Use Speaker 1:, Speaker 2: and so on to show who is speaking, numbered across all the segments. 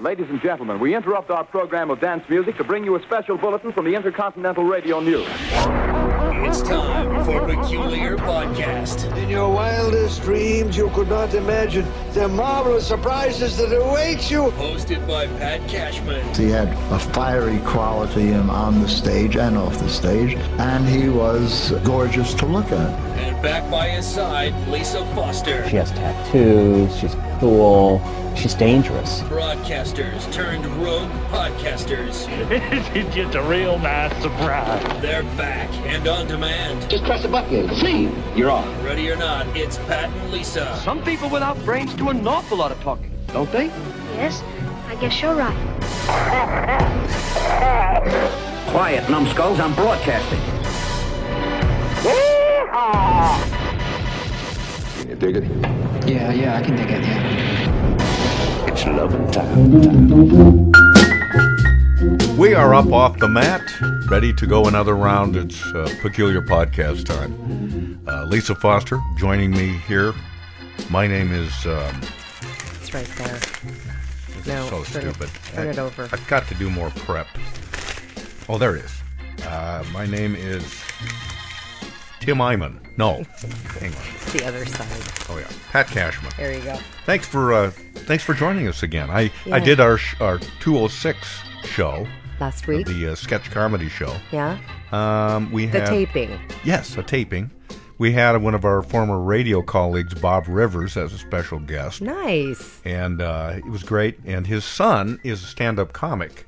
Speaker 1: Ladies and gentlemen, we interrupt our program of dance music to bring you a special bulletin from the Intercontinental Radio News.
Speaker 2: It's time for Peculiar Podcast.
Speaker 3: In your wildest dreams, you could not imagine the marvelous surprises that await you.
Speaker 2: Hosted by Pat Cashman
Speaker 4: He had a fiery quality in, on the stage and off the stage, and he was gorgeous to look at.
Speaker 2: and back by his side, Lisa Foster.
Speaker 5: She has tattoos. She's cool. She's dangerous.
Speaker 2: Broadcasters turned rogue podcasters.
Speaker 6: it's just a real nice surprise.
Speaker 2: They're back and on demand.
Speaker 7: Just press a button. See, you're on.
Speaker 2: Ready or not, it's Pat and Lisa.
Speaker 8: Some people without brains do an awful lot of talking, don't they?
Speaker 9: Yes, I guess you're right.
Speaker 7: Quiet, numbskulls. I'm broadcasting.
Speaker 1: Can you dig it?
Speaker 8: Yeah, yeah, I can dig it, yeah.
Speaker 7: It's love and time.
Speaker 10: We are up off the mat, ready to go another round. It's uh, peculiar podcast time. Uh, Lisa Foster joining me here. My name is. Um,
Speaker 11: It's right there.
Speaker 10: this
Speaker 11: No,
Speaker 10: is so
Speaker 11: turn Oh, it-
Speaker 10: stupid.
Speaker 11: turn it over.
Speaker 10: I've got to do more prep. Oh, there it is. Uh, my name is Tim Iman. No, hang on.
Speaker 11: It's the other side.
Speaker 10: Oh yeah, Pat Cashman.
Speaker 11: There you go.
Speaker 10: Thanks for uh, thanks for joining us again. I I
Speaker 11: Yeah.
Speaker 10: did our sh- our 206 show,
Speaker 11: Last week.
Speaker 10: the uh, sketch comedy show.
Speaker 11: yeah.
Speaker 10: Um, we
Speaker 11: The
Speaker 10: had
Speaker 11: taping.
Speaker 10: Yes, a taping. We had one of our former radio colleagues, Bob Rivers, as a special guest,
Speaker 11: Nice.
Speaker 10: and uh, it was great. And his son is a stand-up comic,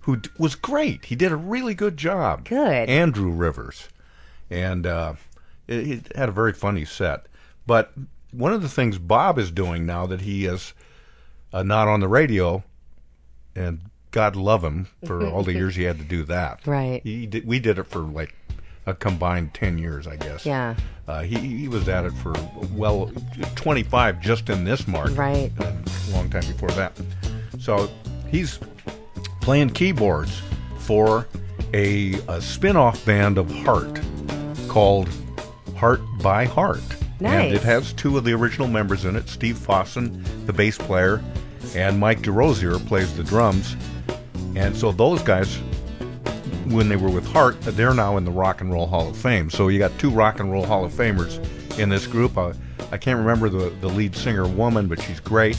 Speaker 10: who d- was great. He did a really good job.
Speaker 11: Good.
Speaker 10: Andrew Rivers, and uh, he- he had a very funny set. But one of the things Bob is doing now that he is uh, not on the radio, and God love him for all the years he had to do that.
Speaker 11: Right.
Speaker 10: He did, we did it for like a combined 10 years, I guess.
Speaker 11: Yeah.
Speaker 10: Uh, he, he was at it for, well, 25 just in this market.
Speaker 11: Right.
Speaker 10: And a long time before that. So he's playing keyboards for a, a spin off band of Heart called Heart by Heart.
Speaker 11: Nice.
Speaker 10: And it has two of the original members in it Steve Fossen, the bass player, and Mike DeRozier plays the drums. And so those guys, when they were with Heart, they're now in the Rock and Roll Hall of Fame. So you got two Rock and Roll Hall of Famers in this group. I, I can't remember the, the lead singer woman, but she's great,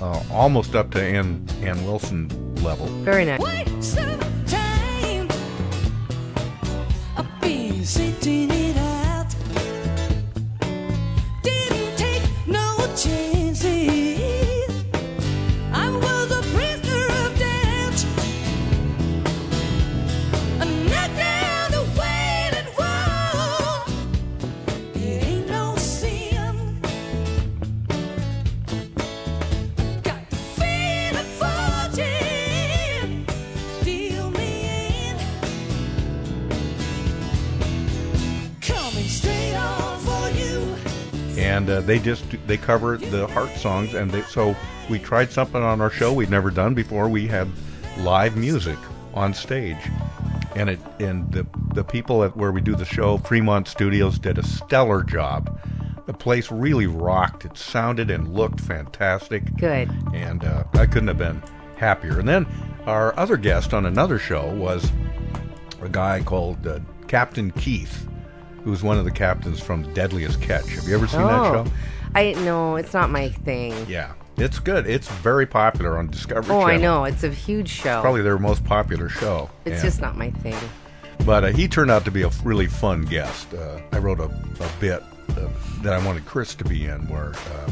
Speaker 10: uh, almost up to Ann, Ann Wilson level.
Speaker 11: Very nice.
Speaker 10: and uh, they just they cover the heart songs and they so we tried something on our show we'd never done before we had live music on stage and it and the the people at where we do the show Fremont Studios did a stellar job the place really rocked it sounded and looked fantastic
Speaker 11: Good.
Speaker 10: and uh, I couldn't have been happier. And then our other guest on another show was a guy called uh, Captain Keith, who was one of the captains from Deadliest Catch. Have you ever seen
Speaker 11: Oh.
Speaker 10: that show?
Speaker 11: I no, it's not my thing.
Speaker 10: Yeah, it's good. It's very popular on Discovery
Speaker 11: Oh, I
Speaker 10: Channel.
Speaker 11: know. It's a huge show.
Speaker 10: Probably their most popular show.
Speaker 11: It's
Speaker 10: And-
Speaker 11: just not my thing.
Speaker 10: but uh, he turned out to be a really fun guest. Uh, I wrote a, a bit uh, that I wanted Chris to be in, where uh,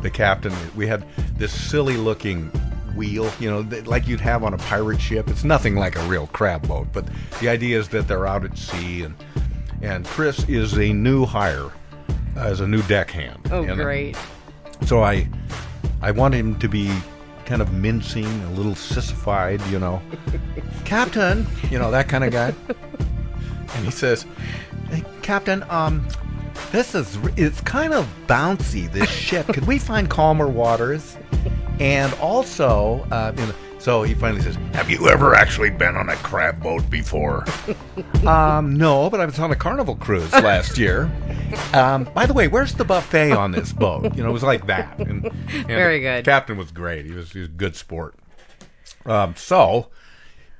Speaker 10: the captain we had this silly looking wheel, you know, that, like you'd have on a pirate ship. It's nothing like a real crab boat, but the idea is that they're out at sea, and and Chris is a new hire as a new deckhand.
Speaker 11: Oh,
Speaker 10: And, uh,
Speaker 11: great.
Speaker 10: so I, I want him to be kind of mincing, a little sissified, you know, Captain, you know that kind of guy. and he says, hey, Captain, um, this is it's kind of bouncy. This ship. Could we find calmer waters? And also, uh, you know, So he finally says, "Have you ever actually been on a crab boat before?" um, no, but I was on a carnival cruise last year. Um, by the way, where's the buffet on this boat? You know, it was like that. And, and
Speaker 11: Very
Speaker 10: the
Speaker 11: good.
Speaker 10: Captain was great. He was, he was a good sport. Um, so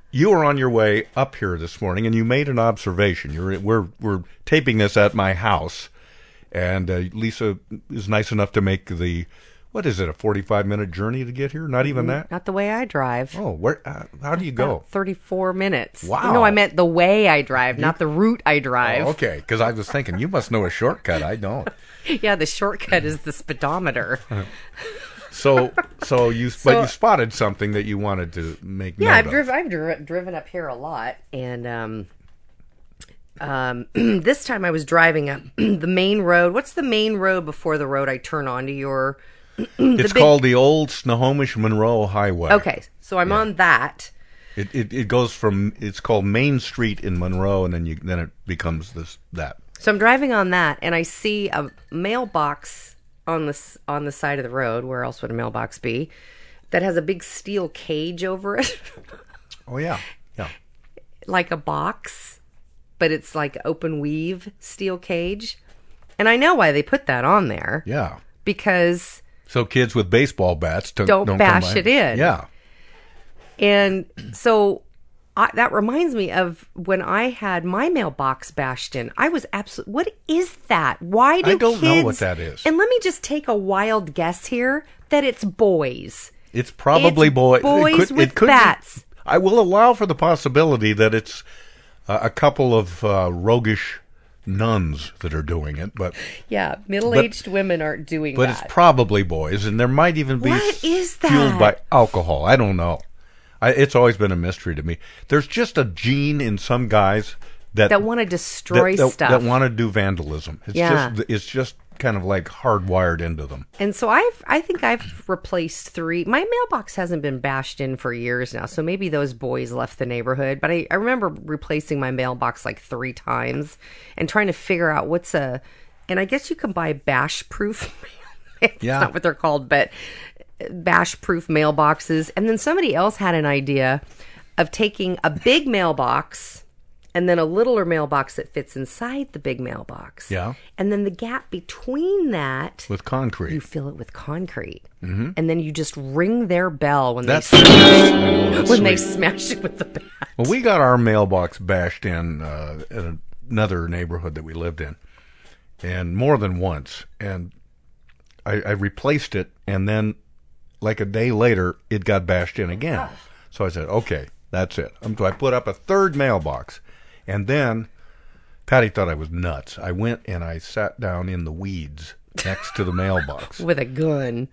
Speaker 10: you were on your way up here this morning, and you made an observation. You're we're we're taping this at my house, and uh, Lisa is nice enough to make the. What is it? A forty-five minute journey to get here? Not even that.
Speaker 11: Not the way I drive.
Speaker 10: Oh, where? Uh, how do you go?
Speaker 11: Thirty-four minutes.
Speaker 10: Wow.
Speaker 11: No, I meant the way I drive, not the route I drive.
Speaker 10: Oh, okay, because I was thinking you must know a shortcut. I don't.
Speaker 11: Yeah, the shortcut is the speedometer.
Speaker 10: So, so you,
Speaker 11: So-
Speaker 10: but you spotted something that you wanted to make.
Speaker 11: Yeah,
Speaker 10: note
Speaker 11: I've
Speaker 10: of.
Speaker 11: driven. I've dri- driven up here a lot, and um, um, this time I was driving up the main road. What's the main road before the road I turn onto your?
Speaker 10: It's
Speaker 11: big-
Speaker 10: called the Old Snohomish Monroe Highway.
Speaker 11: Okay, so I'm on that.
Speaker 10: It, it it goes from it's called Main Street in Monroe, and then you then it becomes this that.
Speaker 11: So I'm driving on that, and I see a mailbox on this on the side of the road. Where else would a mailbox be? That has a big steel cage over it,
Speaker 10: Oh yeah, yeah.
Speaker 11: like a box, but it's like open weave steel cage. And I know why they put that on there.
Speaker 10: Yeah.
Speaker 11: Because
Speaker 10: So kids with baseball bats don't
Speaker 11: Don't
Speaker 10: don't
Speaker 11: bash
Speaker 10: come by.
Speaker 11: it in.
Speaker 10: Yeah.
Speaker 11: And so I, that reminds me of when I had my mailbox bashed in. I was absolutely. What is that? Why do
Speaker 10: I don't know
Speaker 11: kids,
Speaker 10: what that is.
Speaker 11: And let me just take a wild guess here that it's boys.
Speaker 10: It's probably
Speaker 11: It's
Speaker 10: boy.
Speaker 11: boys
Speaker 10: it could,
Speaker 11: with
Speaker 10: it could be-
Speaker 11: bats.
Speaker 10: I will allow for the possibility that it's uh, a couple of uh, roguish nuns that are doing it, but
Speaker 11: Yeah, middle-aged women aren't doing
Speaker 10: but
Speaker 11: that.
Speaker 10: it's probably boys, and there might even be
Speaker 11: What
Speaker 10: s-
Speaker 11: is
Speaker 10: fueled
Speaker 11: that?
Speaker 10: by alcohol. I don't know. I, it's always been a mystery to me. There's just a gene in some guys that
Speaker 11: that want to destroy
Speaker 10: that,
Speaker 11: stuff.
Speaker 10: want to do vandalism. It's
Speaker 11: Yeah.
Speaker 10: just it's just kind of like hardwired into them.
Speaker 11: And so I've I think I've replaced three. My mailbox hasn't been bashed in for years now, so maybe those boys left the neighborhood. But I, I remember replacing my mailbox like three times and trying to figure out what's a and I guess you can buy bash proof it's
Speaker 10: Yeah.
Speaker 11: not what they're called, but bash proof mailboxes. And then somebody else had an idea of taking a big mailbox and then a littler mailbox that fits inside the big mailbox.
Speaker 10: Yeah,
Speaker 11: And then the gap between that
Speaker 10: with concrete.
Speaker 11: you fill it with concrete, and then you just ring their bell when
Speaker 10: Mm-hmm. That's-
Speaker 11: they
Speaker 10: know,
Speaker 11: smash,
Speaker 10: that's
Speaker 11: when they
Speaker 10: sweet.
Speaker 11: smash it with the bat.
Speaker 10: Well, we got our mailbox bashed in uh, at another neighborhood that we lived in, and more than once. And I, I replaced it, and then like a day later, it got bashed in again. So I said, "Okay, that's it." Um, So I put up a third mailbox, and then Patty thought I was nuts. I went and I sat down in the weeds next to the mailbox
Speaker 11: with a gun,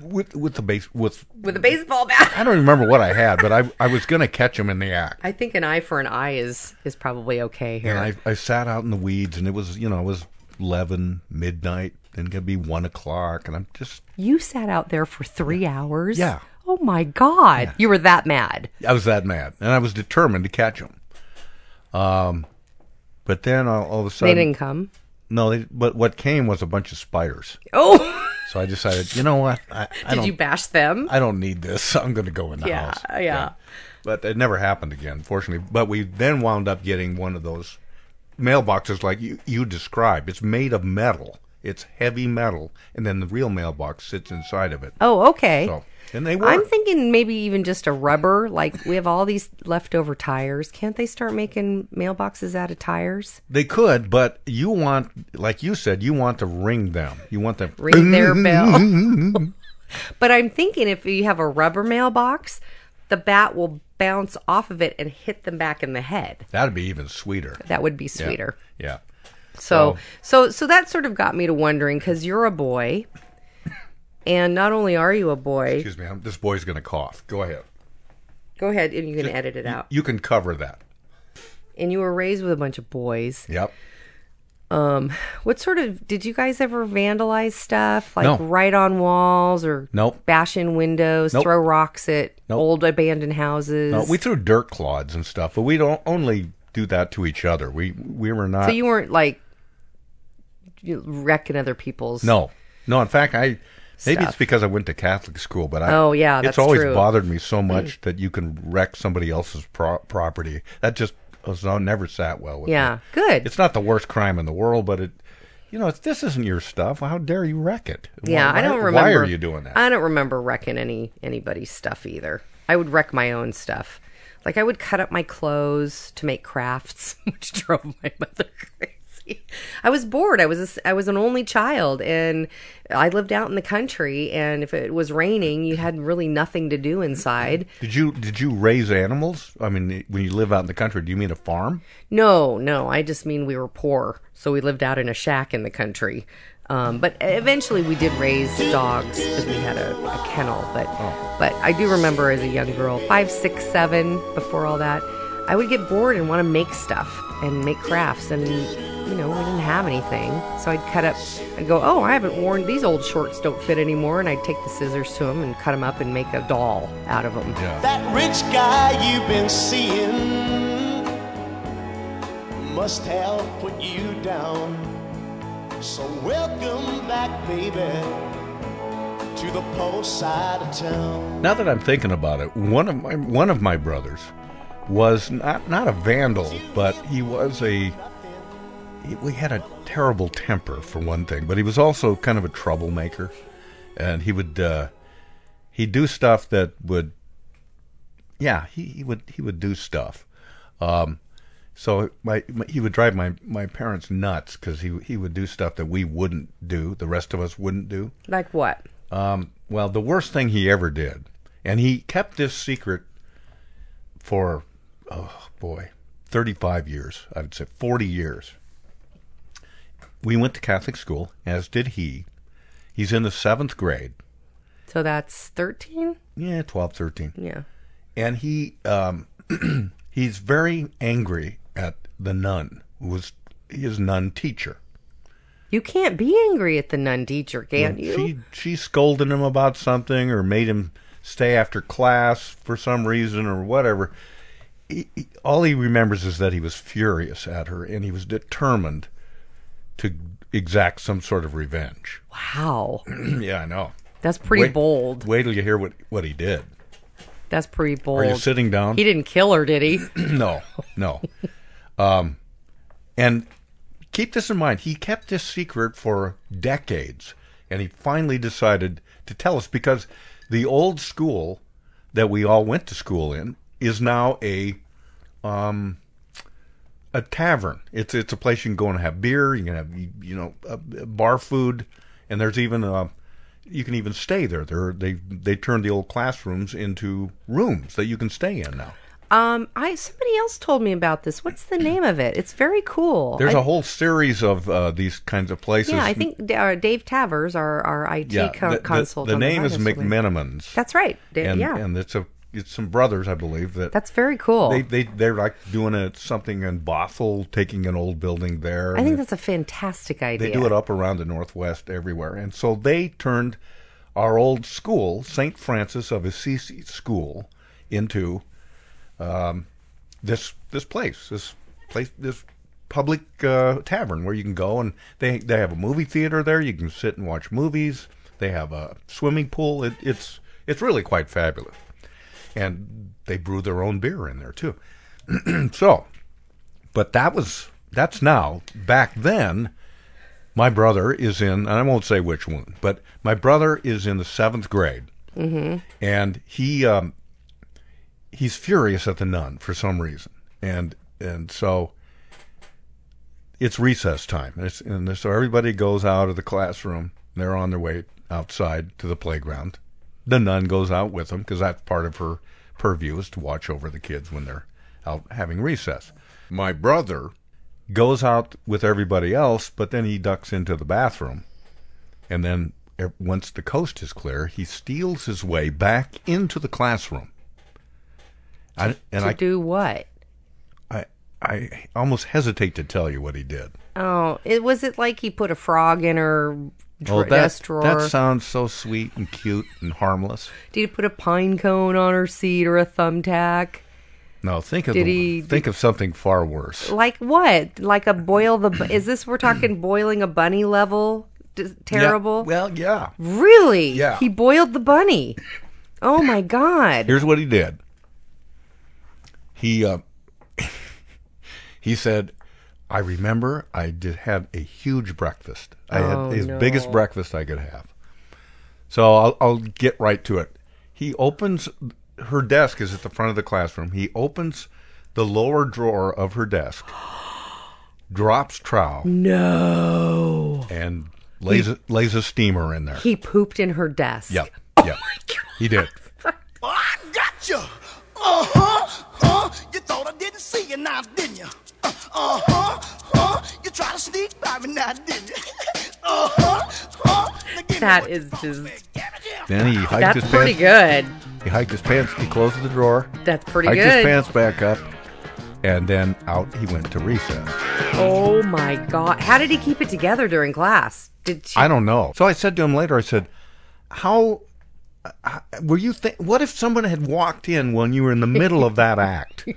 Speaker 10: with with the base with.
Speaker 11: with a baseball bat.
Speaker 10: I don't remember what I had, but I I was gonna catch him in the act.
Speaker 11: I think an eye for an eye is is probably okay here.
Speaker 10: And I, I sat out in the weeds, and it was, you know, it was 11, midnight, then going to be 1 o'clock, and I'm just,
Speaker 11: you sat out there for three hours.
Speaker 10: Yeah.
Speaker 11: Oh my God, you were that mad.
Speaker 10: I was that mad. And I was determined to catch him. Um, but then all, all of a
Speaker 11: they
Speaker 10: sudden.
Speaker 11: didn't come.
Speaker 10: No, they, but what came was a bunch of spiders.
Speaker 11: Oh,
Speaker 10: So I decided, you know what? I, I,
Speaker 11: did
Speaker 10: don't,
Speaker 11: you bash them?
Speaker 10: I don't need this. I'm going to go in the
Speaker 11: Yeah, uh,
Speaker 10: house.
Speaker 11: yeah.
Speaker 10: But it never happened again, fortunately. But we then wound up getting one of those mailboxes like you, you described. It's made of metal. It's heavy metal, and then the real mailbox sits inside of it.
Speaker 11: Oh, okay.
Speaker 10: So, and they
Speaker 11: I'm
Speaker 10: work.
Speaker 11: thinking maybe even just a rubber. Like we have all these leftover tires. Can't they start making mailboxes out of tires?
Speaker 10: they could, but you want, like you said, you want to ring them. You want them
Speaker 11: ring their bell. but I'm thinking if you have a rubber mailbox, the bat will bounce off of it and hit them back in the head.
Speaker 10: That'd be even sweeter.
Speaker 11: That would be
Speaker 10: Yeah.
Speaker 11: sweeter.
Speaker 10: Yeah.
Speaker 11: So, so, so that sort of got me to wondering because you're a boy, and not only are you a boy,
Speaker 10: Excuse me. I'm, this boy's going to cough. Go ahead.
Speaker 11: go ahead and you can edit it out.
Speaker 10: You can cover that.
Speaker 11: And you were raised with a bunch of boys.
Speaker 10: Yep.
Speaker 11: Um, what sort of did you guys ever vandalize stuff like
Speaker 10: No.
Speaker 11: write on walls or
Speaker 10: Nope.
Speaker 11: bash in windows,
Speaker 10: Nope.
Speaker 11: throw rocks at
Speaker 10: Nope.
Speaker 11: old abandoned houses?
Speaker 10: No, Uh, we threw dirt clods and stuff, but we don't only do that to each other. We we were not.
Speaker 11: So you weren't like you- wrecking other people's.
Speaker 10: no, no. In fact, I
Speaker 11: stuff.
Speaker 10: Maybe it's because I went to Catholic school, but I,
Speaker 11: Oh, yeah, that's
Speaker 10: it's always
Speaker 11: true. Mm.
Speaker 10: bothered me so much that you can wreck somebody else's pro- property. That just was no, never sat well with
Speaker 11: Yeah,
Speaker 10: me.
Speaker 11: good.
Speaker 10: It's not the worst crime in the world, but it, you know, it's, this isn't your stuff. How dare you wreck it?
Speaker 11: yeah,
Speaker 10: Why-
Speaker 11: I don't
Speaker 10: why-
Speaker 11: remember.
Speaker 10: Why are you doing that?
Speaker 11: I don't remember wrecking any anybody's stuff either. I would wreck my own stuff. Like I would cut up my clothes to make crafts, which drove my mother crazy. I was bored. I was a s I was an only child, and I lived out in the country. And if it was raining, you had really nothing to do inside.
Speaker 10: Did you did you raise animals? I mean, when you live out in the country, do you mean a farm?
Speaker 11: No, no, I just mean we were poor, so we lived out in a shack in the country. Um, but eventually, we did raise dogs because we had a, a kennel. But but I do remember as a young girl, five, six, seven, before all that, I would get bored and want to make stuff and make crafts, and you know we didn't have anything, so I'd cut up. I'd go, oh, I haven't worn these old shorts; don't fit anymore, and I'd take the scissors to them and cut them up and make a doll out of them.
Speaker 12: That rich guy you've been seeing must have put you down. So welcome back, baby, to the poor side of town.
Speaker 10: Now that I'm thinking about it, one of my one of my brothers was not not a vandal, but he was a he, we had a terrible temper for one thing, but he was also kind of a troublemaker, and he would uh, he'd do stuff that would yeah he, he would he would do stuff. Um, so my, my he would drive my, my parents nuts because he he would do stuff that we wouldn't do, the rest of us wouldn't do.
Speaker 11: Like what?
Speaker 10: Um, well, the worst thing he ever did, and he kept this secret for, oh boy, 35 years, I would say 40 years. We went to Catholic school, as did he. He's in the seventh grade,
Speaker 11: So that's thirteen.
Speaker 10: yeah, 12, 13.
Speaker 11: Yeah.
Speaker 10: And he, um, he's very angry at the nun, who was his nun teacher.
Speaker 11: You can't be angry at the nun teacher, can
Speaker 10: Well,
Speaker 11: you?
Speaker 10: She she scolded him about something or made him stay after class for some reason or whatever. He, he- all he remembers is that he was furious at her and he was determined to exact some sort of revenge.
Speaker 11: Wow.
Speaker 10: yeah, I know.
Speaker 11: That's pretty
Speaker 10: Wait-
Speaker 11: bold.
Speaker 10: Wait till you hear what what he did.
Speaker 11: That's pretty bold.
Speaker 10: Are you sitting down?
Speaker 11: He didn't kill her, did he?
Speaker 10: no, no. Um, and keep this in mind. He kept this secret for decades, and he finally decided to tell us because the old school that we all went to school in is now a um, a tavern. It's it's a place you can go and have beer. You can have you, you know uh, bar food, and there's even uh, you can even stay there. There they they turned the old classrooms into rooms that you can stay in now.
Speaker 11: Um, I somebody else told me about this. What's the name of it? It's very cool.
Speaker 10: There's
Speaker 11: a
Speaker 10: a whole series of uh, these kinds of places.
Speaker 11: Yeah, I think D- uh, Dave Tavers, our our IT
Speaker 10: Yeah,
Speaker 11: co-
Speaker 10: the- the-
Speaker 11: consult.
Speaker 10: The,
Speaker 11: on
Speaker 10: name is
Speaker 11: Hardest Way.
Speaker 10: McMenamins.
Speaker 11: That's right. Da-
Speaker 10: and,
Speaker 11: yeah,
Speaker 10: and it's a it's some brothers, I believe. That
Speaker 11: that's very cool.
Speaker 10: They they they're like doing a something in Bothell, taking an old building there.
Speaker 11: I think that's a fantastic idea.
Speaker 10: they do it up around the northwest everywhere, and so they turned our old school, Saint Francis of Assisi School, into um, this this place, this place, this public uh, tavern where you can go and they they have a movie theater there. You can sit and watch movies. They have a swimming pool. It, it's it's really quite fabulous, and they brew their own beer in there too. so, but that was that's now. Back then, my brother is in, and I won't say which one, but my brother is in the seventh grade,
Speaker 13: Mm-hmm.
Speaker 10: and he um, he's furious at the nun for some reason, and and so it's recess time, and, it's, and so everybody goes out of the classroom. They're on their way outside to the playground. The nun goes out with them because that's part of her purview is to watch over the kids when they're out having recess. My brother goes out with everybody else, but then he ducks into the bathroom, and then e- once the coast is clear, he steals his way back into the classroom. I, and
Speaker 11: to
Speaker 10: I,
Speaker 11: do what?
Speaker 10: I, I almost hesitate to tell you what he did.
Speaker 11: Oh, it was it like he put a frog in her dr-
Speaker 10: Oh, that,
Speaker 11: desk drawer?
Speaker 10: that sounds so sweet and cute and harmless.
Speaker 11: Did he put a pine cone on her seat or a thumbtack?
Speaker 10: No, think of
Speaker 11: Did
Speaker 10: the,
Speaker 11: he-
Speaker 10: think of something far worse.
Speaker 11: Like what? Like a boil the? bu- Is this we're talking boiling a bunny level dis- terrible?
Speaker 10: Well, yeah.
Speaker 11: Really?
Speaker 10: Yeah.
Speaker 11: He boiled the bunny. Oh my god.
Speaker 10: Here's what he did. He uh, he said, "I remember I did have a huge breakfast. I
Speaker 13: Oh,
Speaker 10: had his
Speaker 13: no.
Speaker 10: biggest breakfast I could have." So I'll, I'll get right to it. He opens her desk is at the front of the classroom. He opens the lower drawer of her desk, drops trowel,
Speaker 11: no,
Speaker 10: and lays a, lays a steamer in there.
Speaker 11: He pooped in her desk.
Speaker 10: Yep.
Speaker 12: Oh
Speaker 10: yep. He did.
Speaker 12: I got you. Uh huh. Uh, you thought I didn't see you now, didn't you? Uh huh. Uh, you tried to sneak by me now, didn't you? Uh huh.
Speaker 11: That is just
Speaker 10: Then he hiked
Speaker 11: That's
Speaker 10: his
Speaker 11: pretty
Speaker 10: pants.
Speaker 11: good.
Speaker 10: He hiked his pants. He closed the drawer.
Speaker 11: That's pretty
Speaker 10: hiked
Speaker 11: good.
Speaker 10: his pants back up, and then out he went to recess.
Speaker 11: Oh my god. How did he keep it together during class? Did she
Speaker 10: I don't know. So I said to him later. I said, "How uh, were you? Th- what if someone had walked in when you were in the middle of that act?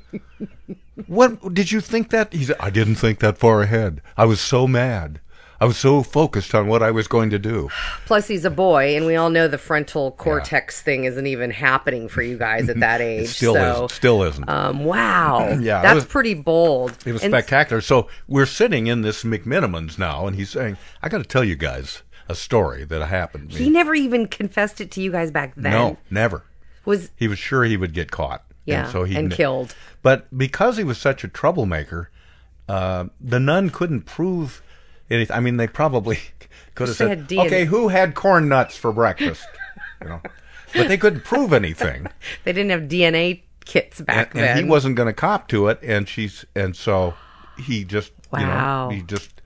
Speaker 10: What did you think that?" He said, "I didn't think that far ahead. I was so mad. I was so focused on what I was going to do."
Speaker 11: Plus, he's a boy, and we all know the frontal cortex thing isn't even happening for you guys at that age.
Speaker 10: It still
Speaker 11: so,
Speaker 10: isn't. Still isn't.
Speaker 11: um, wow,
Speaker 10: yeah, it
Speaker 11: that's
Speaker 10: was-
Speaker 11: pretty bold.
Speaker 10: It was
Speaker 11: And
Speaker 10: spectacular. So we're sitting in this McMinimans now, and he's saying, "I got to tell you guys a story that happened." to me."
Speaker 11: He never even confessed it to you guys back then.
Speaker 10: no, never.
Speaker 11: Was
Speaker 10: He was sure he would get caught.
Speaker 11: Yeah,
Speaker 10: and, so he
Speaker 11: and
Speaker 10: kn-
Speaker 11: killed.
Speaker 10: But because he was such a troublemaker, uh, the nun couldn't prove anything. I mean, they probably could have
Speaker 13: They
Speaker 10: said,
Speaker 13: had DNA.
Speaker 10: "Okay, who had corn nuts for breakfast?" you know, but they couldn't prove anything.
Speaker 11: they didn't have DNA kits back
Speaker 10: and,
Speaker 11: then.
Speaker 10: and he wasn't going to cop to it and she's and so he just
Speaker 11: Wow.
Speaker 10: you know he just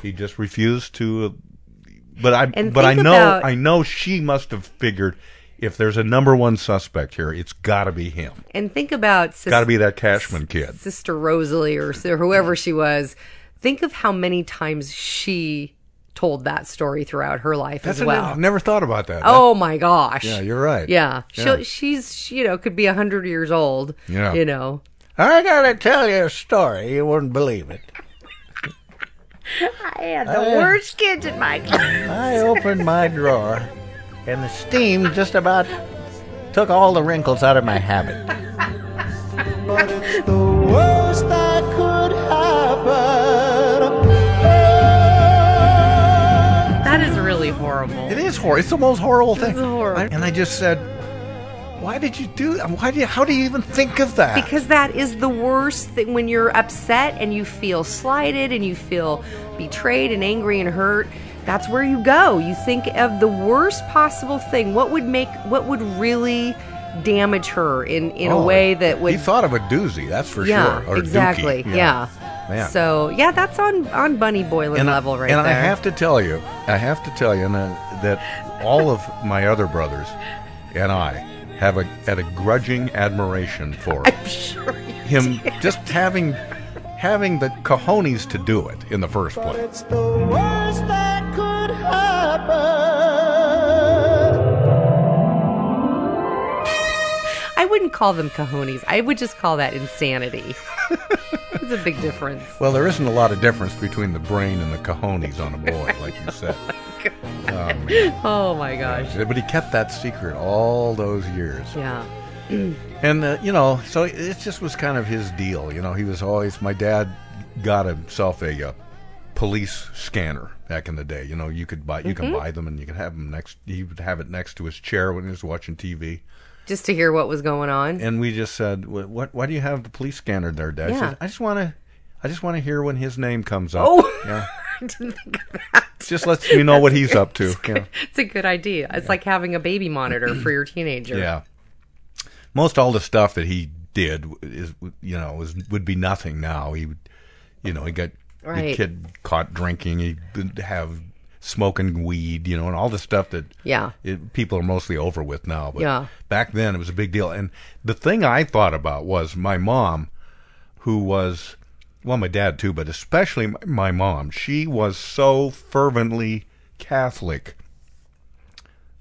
Speaker 10: he just refused to uh, but i
Speaker 13: And
Speaker 10: but i
Speaker 13: think
Speaker 10: know
Speaker 13: about-
Speaker 10: i know she must have figured if there's a number one suspect here it's got to be him
Speaker 11: And think about
Speaker 10: it's
Speaker 11: sis-
Speaker 10: got to be that cashman kid
Speaker 11: Sister Rosalie or si- or whoever she was. Think of how many times she told that story throughout her life
Speaker 10: that's
Speaker 11: as
Speaker 10: a-
Speaker 11: well.
Speaker 10: i've never thought about that
Speaker 11: Oh my gosh!
Speaker 10: yeah you're right
Speaker 11: Yeah,
Speaker 10: Yeah.
Speaker 11: She'll, she's she, you know could be a hundred years old.
Speaker 10: Yeah.
Speaker 11: you know.
Speaker 14: I gotta tell you a story. You wouldn't believe it.
Speaker 11: I had
Speaker 14: the worst
Speaker 11: kids in my class.
Speaker 14: I opened my drawer, and the steam just about took all the wrinkles out of my habit.
Speaker 12: But it's the worst that could happen.
Speaker 11: That is really horrible.
Speaker 10: it is horrible it's the most horrible thing
Speaker 11: horrible.
Speaker 10: and i just said why did you do that why do you, how do you even think of that
Speaker 11: Because that is the worst thing when you're upset and you feel slighted and you feel betrayed and angry and hurt. That's where you go. You think of the worst possible thing. What would make what would really damage her in in a
Speaker 10: Oh,
Speaker 11: way that would
Speaker 10: he thought of a doozy that's for
Speaker 11: yeah,
Speaker 10: sure or a dookie.
Speaker 11: exactly. Yeah.
Speaker 10: Man.
Speaker 11: So yeah, that's on on bunny boiling level right
Speaker 10: and
Speaker 11: there.
Speaker 10: I have to tell you, I have to tell you and, uh, that all of my other brothers and I have a had a grudging admiration for him just having having the cojones to do it in the first
Speaker 12: But
Speaker 10: place.
Speaker 12: it's the worst that could happen.
Speaker 11: I wouldn't call them cojones. I would just call that insanity. it's a big difference.
Speaker 10: Well, there isn't a lot of difference between the brain and the cojones on a boy, like you said. Oh, man.
Speaker 11: Oh my gosh.
Speaker 10: But he kept that secret all those years.
Speaker 11: Yeah.
Speaker 10: And uh, you know, so it just was kind of his deal. You know, he was always my dad got himself a uh, police scanner back in the day. You know, you could buy you can
Speaker 11: Mhm.
Speaker 10: buy them and you can have them next. He would have it next to his chair when he was watching TV.
Speaker 11: Just to hear what was going on.
Speaker 10: And we just said, "Wh- "What? Why do you have the police scanner there, Dad?" He
Speaker 11: Yeah.
Speaker 10: says, I just want to, I just want to hear when his name comes up.
Speaker 11: Oh.
Speaker 10: yeah.
Speaker 11: I didn't think of that.
Speaker 10: Just lets you know what he's up to. Yeah.
Speaker 11: It's a good idea. It's like having a baby monitor for your teenager.
Speaker 10: Yeah. Most all the stuff that he did is you know was would be nothing now. He would, you know, he got the
Speaker 11: Right.
Speaker 10: kid caught drinking. He would have smoking weed, you know, and all the stuff that
Speaker 11: Yeah.
Speaker 10: it, people are mostly over with now. But
Speaker 11: Yeah.
Speaker 10: back then it was a big deal. And the thing I thought about was my mom, who was well, my dad too, but especially my- my mom. She was so fervently Catholic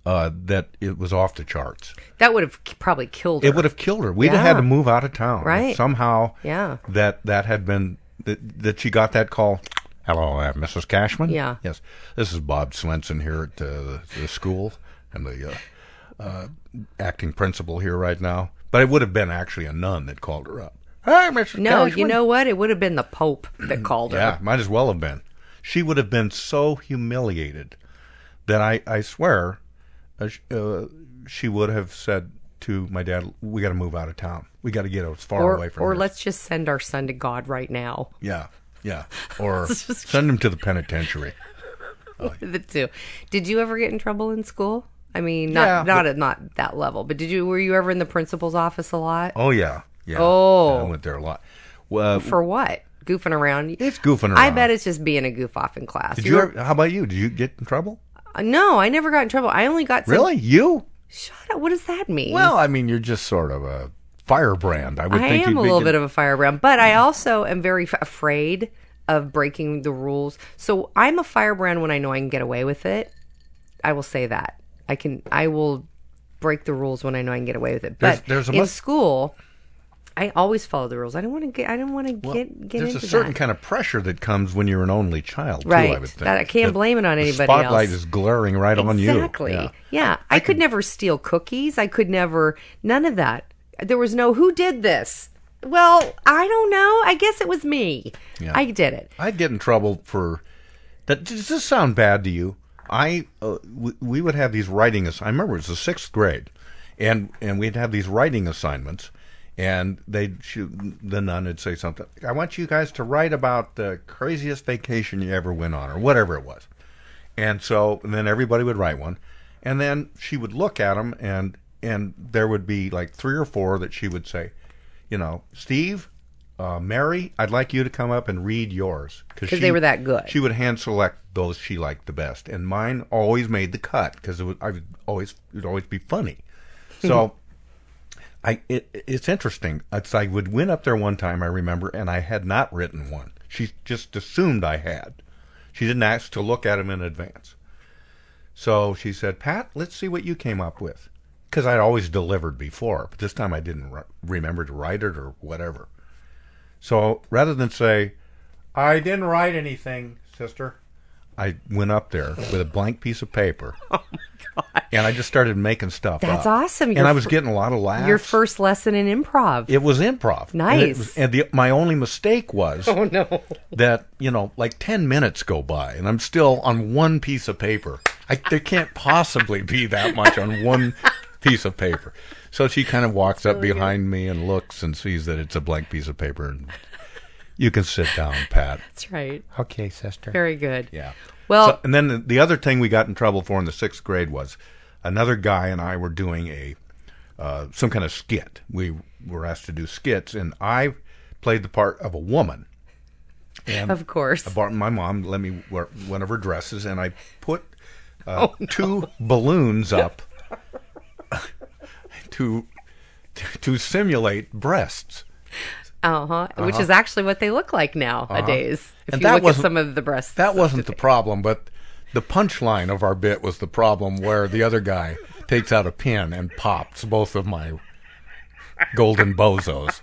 Speaker 10: uh, that it was off the charts.
Speaker 11: That would have k- probably killed her.
Speaker 10: It would have killed her. We'd have
Speaker 11: Yeah.
Speaker 10: had to move out of town.
Speaker 11: Right.
Speaker 10: Somehow
Speaker 11: Yeah.
Speaker 10: that that had been that, that she got that call. Hello, uh, Mrs. Cashman.
Speaker 11: Yeah.
Speaker 10: Yes, this is Bob Swenson here at uh, the school. I'm the uh, uh, acting principal here right now. But it would have been actually a nun that called her up. Hi, Mr.
Speaker 11: No, you
Speaker 10: Cashman.
Speaker 11: know what? It would have been the Pope that called
Speaker 10: Yeah,
Speaker 11: her.
Speaker 10: might as well have been. She would have been so humiliated that I, I swear, uh, sh- uh, she would have said to my dad, "We got to move out of town. We got to get as far
Speaker 11: or
Speaker 10: away from
Speaker 11: or
Speaker 10: here."
Speaker 11: let's just send our son to God right now.
Speaker 10: yeah, yeah, or
Speaker 11: This is-
Speaker 10: send him to the penitentiary.
Speaker 11: the two. Did you ever get in trouble in school? I mean, not
Speaker 10: Yeah.
Speaker 11: not at not that level, but did you? Were you ever in the principal's office a lot?
Speaker 10: Oh yeah, yeah.
Speaker 11: Oh.
Speaker 10: Yeah, I went there a lot. Well,
Speaker 11: For what? Goofing around. It's
Speaker 10: goofing
Speaker 11: I
Speaker 10: around.
Speaker 11: bet it's just being a goof off in class.
Speaker 10: did
Speaker 11: You
Speaker 10: you?
Speaker 11: were-
Speaker 10: ever, how about you? Did you get in trouble?
Speaker 11: Uh, No, I never got in trouble. I only got some-
Speaker 10: Really, you?
Speaker 11: Shut up. What does that mean?
Speaker 10: Well, I mean, you're just sort of a firebrand. I would
Speaker 11: I
Speaker 10: think
Speaker 11: am
Speaker 10: you'd be
Speaker 11: a little
Speaker 10: good-
Speaker 11: bit of a firebrand, but I also am very f- afraid of breaking the rules. So I'm a firebrand when I know I can get away with it. I will say that I can. I will break the rules when I know I can get away with it.
Speaker 10: There's-
Speaker 11: But
Speaker 10: there's a
Speaker 11: in
Speaker 10: must-
Speaker 11: school, I always follow the rules. I don't want to get. I don't want to get get
Speaker 10: There's
Speaker 11: into
Speaker 10: a certain
Speaker 11: that.
Speaker 10: kind of pressure that comes when you're an only child, too, I
Speaker 11: Right.
Speaker 10: would think.
Speaker 11: That- I can't blame it on
Speaker 10: the
Speaker 11: anybody
Speaker 10: spotlight
Speaker 11: else.
Speaker 10: is glaring right on you.
Speaker 11: Exactly.
Speaker 10: Yeah.
Speaker 11: Yeah. I, could never steal cookies. I could never, none of that. There was no, who did this? Well, I don't know. I guess it was me.
Speaker 10: Yeah.
Speaker 11: I did it.
Speaker 10: I'd get in trouble for that. Does this sound bad to you? I uh, we, we would have these writing. Ass- I remember it was the sixth grade, and and we'd have these writing assignments, and they the nun would say something. I want you guys to write about the craziest vacation you ever went on, or whatever it was. And so and then everybody would write one, and then she would look at them, and and there would be like three or four that she would say, you know, Steve, uh, Mary, I'd like you to come up and read yours
Speaker 11: 'Cause
Speaker 10: she-
Speaker 11: they were that good.
Speaker 10: She would hand select those she liked the best, and mine always made the cut because it was I would always it would always be funny. So. I it, it's interesting. It's, I would went up there one time I remember, and I had not written one. She just assumed I had. She didn't ask to look at them in advance. So she said, "Pat, let's see what you came up with," because I'd always delivered before, but this time I didn't re- remember to write it or whatever. So rather than say, "I didn't write anything, sister," I went up there with a blank piece of paper. And I just started making stuff
Speaker 11: Oh That's
Speaker 10: up.
Speaker 11: awesome.
Speaker 10: And
Speaker 11: Your
Speaker 10: I was
Speaker 11: fir-
Speaker 10: getting a lot of laughs.
Speaker 11: Your first lesson in improv.
Speaker 10: It was improv. And, it
Speaker 11: Nice.
Speaker 10: was- and the, my only mistake was
Speaker 11: Oh, no.
Speaker 10: that, you know, like 10 minutes go by and I'm still on one piece of paper. I, there can't possibly be that much on one piece of paper. So she kind of walks
Speaker 11: Oh,
Speaker 10: up behind me and looks and sees that it's a blank piece of paper. And you can sit down, Pat.
Speaker 11: That's right.
Speaker 14: Okay, sister.
Speaker 11: Very good.
Speaker 10: Yeah.
Speaker 11: Well,
Speaker 10: So- and then the, the other thing we got in trouble for in the sixth grade was another guy and I were doing a uh, some kind of skit. We were asked to do skits, and I played the part of a woman. And
Speaker 11: Of course.
Speaker 10: I bought my mom let me wear one of her dresses, and I put uh, two balloons up to to simulate breasts.
Speaker 11: uh huh. Which
Speaker 10: Uh-huh.
Speaker 11: is actually what they look like nowadays.
Speaker 10: Uh-huh.
Speaker 11: If
Speaker 10: And
Speaker 11: you
Speaker 10: that
Speaker 11: look at
Speaker 10: wasn't-
Speaker 11: some of the breasts.
Speaker 10: That wasn't the problem, but the punchline of our bit was the problem where the other guy takes out a pin and pops both of my golden bozos.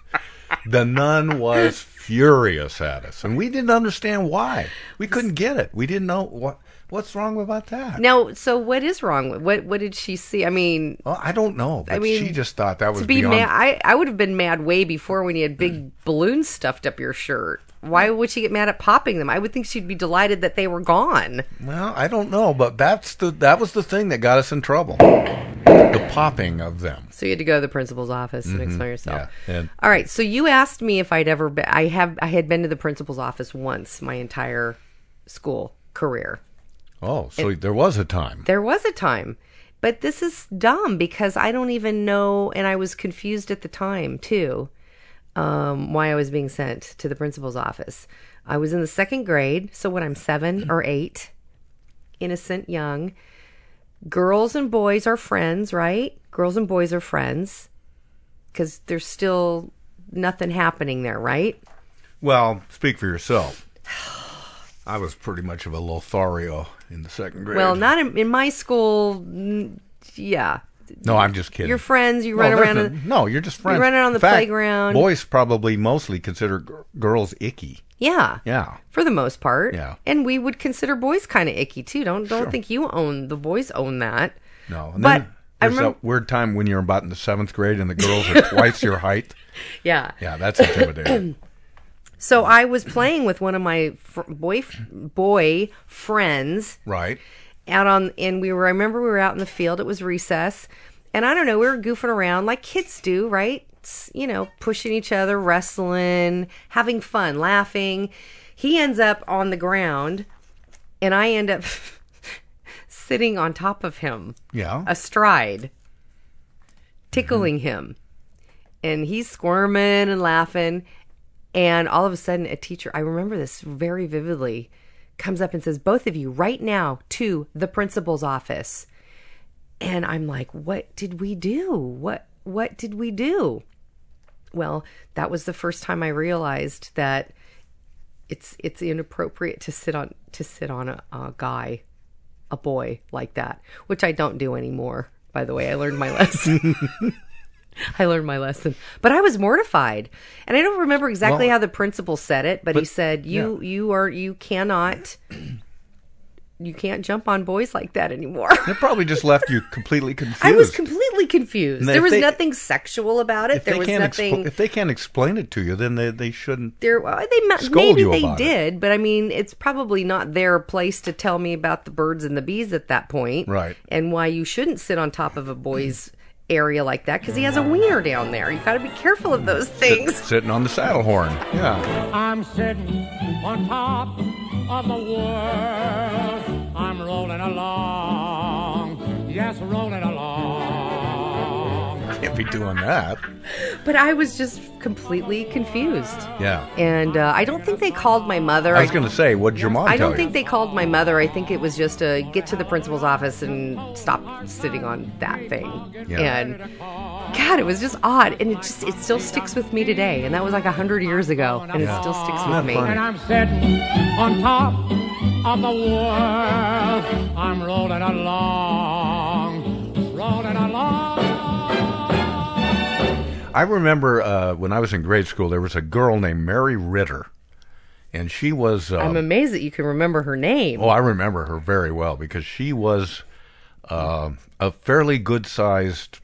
Speaker 10: The nun was furious at us, and we didn't understand why. We couldn't get it. We didn't know what what's wrong about that.
Speaker 11: Now, so what is wrong? with What what did she see? I mean,
Speaker 10: well, I don't know.
Speaker 11: I
Speaker 10: But
Speaker 11: mean,
Speaker 10: Oh, she just thought that was
Speaker 11: to be
Speaker 10: beyond. Mm.
Speaker 11: mad. I, I would have been mad way before when you had big balloons stuffed up your shirt. Why would she get mad at popping them? I would think she'd be delighted that they were gone.
Speaker 10: Well, I don't know, but that's the that was the thing that got us in trouble. The popping of them.
Speaker 11: So you had to go to the principal's office and
Speaker 10: Mhm,
Speaker 11: explain yourself.
Speaker 10: yeah, and-
Speaker 11: All right. So you asked me if I'd ever. Be, I have. I had been to the principal's office once my entire school career.
Speaker 10: Oh, so there was a time.
Speaker 11: There was a time. But this is dumb because I don't even know, and I was confused at the time too, um, why I was being sent to the principal's office. I was in the second grade, so when I'm seven or eight, innocent, young, girls and boys are friends, right? Girls and boys are friends because there's still nothing happening there, right?
Speaker 10: Well, speak for yourself. I was pretty much of a Lothario in the second grade.
Speaker 11: Well, not in, in my school. n- Yeah,
Speaker 10: No, I'm just kidding.
Speaker 11: Your friends, you
Speaker 10: No,
Speaker 11: run
Speaker 10: there's
Speaker 11: around.
Speaker 10: no-
Speaker 11: in the-
Speaker 10: no, you're just friends.
Speaker 11: You run around on
Speaker 10: In
Speaker 11: the
Speaker 10: fact,
Speaker 11: playground.
Speaker 10: Boys probably mostly consider g- girls icky.
Speaker 11: Yeah.
Speaker 10: Yeah.
Speaker 11: For the most part.
Speaker 10: Yeah.
Speaker 11: And we would consider boys kind of icky too. Don't don't think you own the boys own that.
Speaker 10: No.
Speaker 11: But I
Speaker 10: there's
Speaker 11: remember-
Speaker 10: that weird time when you're about in the seventh grade and the girls are twice your height.
Speaker 11: Yeah.
Speaker 10: Yeah, that's intimidating.
Speaker 11: So I was playing with one of my fr- boy boy friends
Speaker 10: right.
Speaker 11: out on, and we were. I remember we were out in the field. It was recess, and I don't know. We were goofing around like kids do, right? S- You know, pushing each other, wrestling, having fun, laughing. He ends up on the ground, and I end up sitting on top of him.
Speaker 10: Yeah.
Speaker 11: astride, tickling him. And he's squirming and laughing. And all of a sudden, a teacher, I remember this very vividly, comes up and says, Both of you right now to the principal's office. And I'm like, What did we do? What? What did we do? Well, that was the first time I realized that it's it's inappropriate to sit on to sit on a, a guy, a boy like that, which I don't do anymore. By the way, I learned my lesson. I learned my lesson, but I was mortified, and I don't remember exactly
Speaker 13: Well-
Speaker 11: how the principal said it, but, he
Speaker 13: But-
Speaker 11: said, "You you are you cannot." You can't jump on boys like that anymore.
Speaker 10: They probably just left you completely confused.
Speaker 11: I was completely confused.
Speaker 10: And
Speaker 11: There
Speaker 10: if
Speaker 11: was
Speaker 10: they-
Speaker 11: nothing sexual about it.
Speaker 10: if
Speaker 11: There
Speaker 10: they
Speaker 11: was
Speaker 10: can't expl-
Speaker 11: nothing.
Speaker 10: if they can't explain it to you, then they, they shouldn't.
Speaker 11: there well, uh, they ma-
Speaker 10: scold
Speaker 11: maybe
Speaker 10: you
Speaker 11: they
Speaker 10: about it.
Speaker 11: did but i mean it's probably not their place to tell me about the birds and the bees at that point
Speaker 10: Right.
Speaker 11: and why you shouldn't sit on top of a boy's area like that because he has a
Speaker 10: Mm.
Speaker 11: wiener down there you got to be careful of those things
Speaker 10: Sitting on the saddle horn. Yeah.
Speaker 15: I'm sitting on top of the world. I'm rolling along. Yes, rolling along.
Speaker 10: Can't be doing that.
Speaker 11: but i was just completely confused
Speaker 10: Yeah.
Speaker 11: and uh, i don't think they called my mother
Speaker 10: I was going to say, what did your mom
Speaker 11: I
Speaker 10: tell
Speaker 11: don't think they called my mother. I think it was just a get to the principal's office and stop sitting on that thing.
Speaker 10: Yeah.
Speaker 11: And God, it was just odd, and it just it still sticks with me today. And that was like a hundred years ago, and
Speaker 15: Yeah.
Speaker 11: it still sticks
Speaker 15: Isn't
Speaker 11: with
Speaker 15: that
Speaker 11: me.
Speaker 15: funny? And I'm sitting on top of the world. I'm rolling along. Rolling along.
Speaker 10: you? I remember uh, when I was in grade school, there was a girl named Mary Ritter, and she was. Uh,
Speaker 11: I'm amazed that you can remember her name.
Speaker 10: Oh, I remember her very well because she was uh, a fairly good sized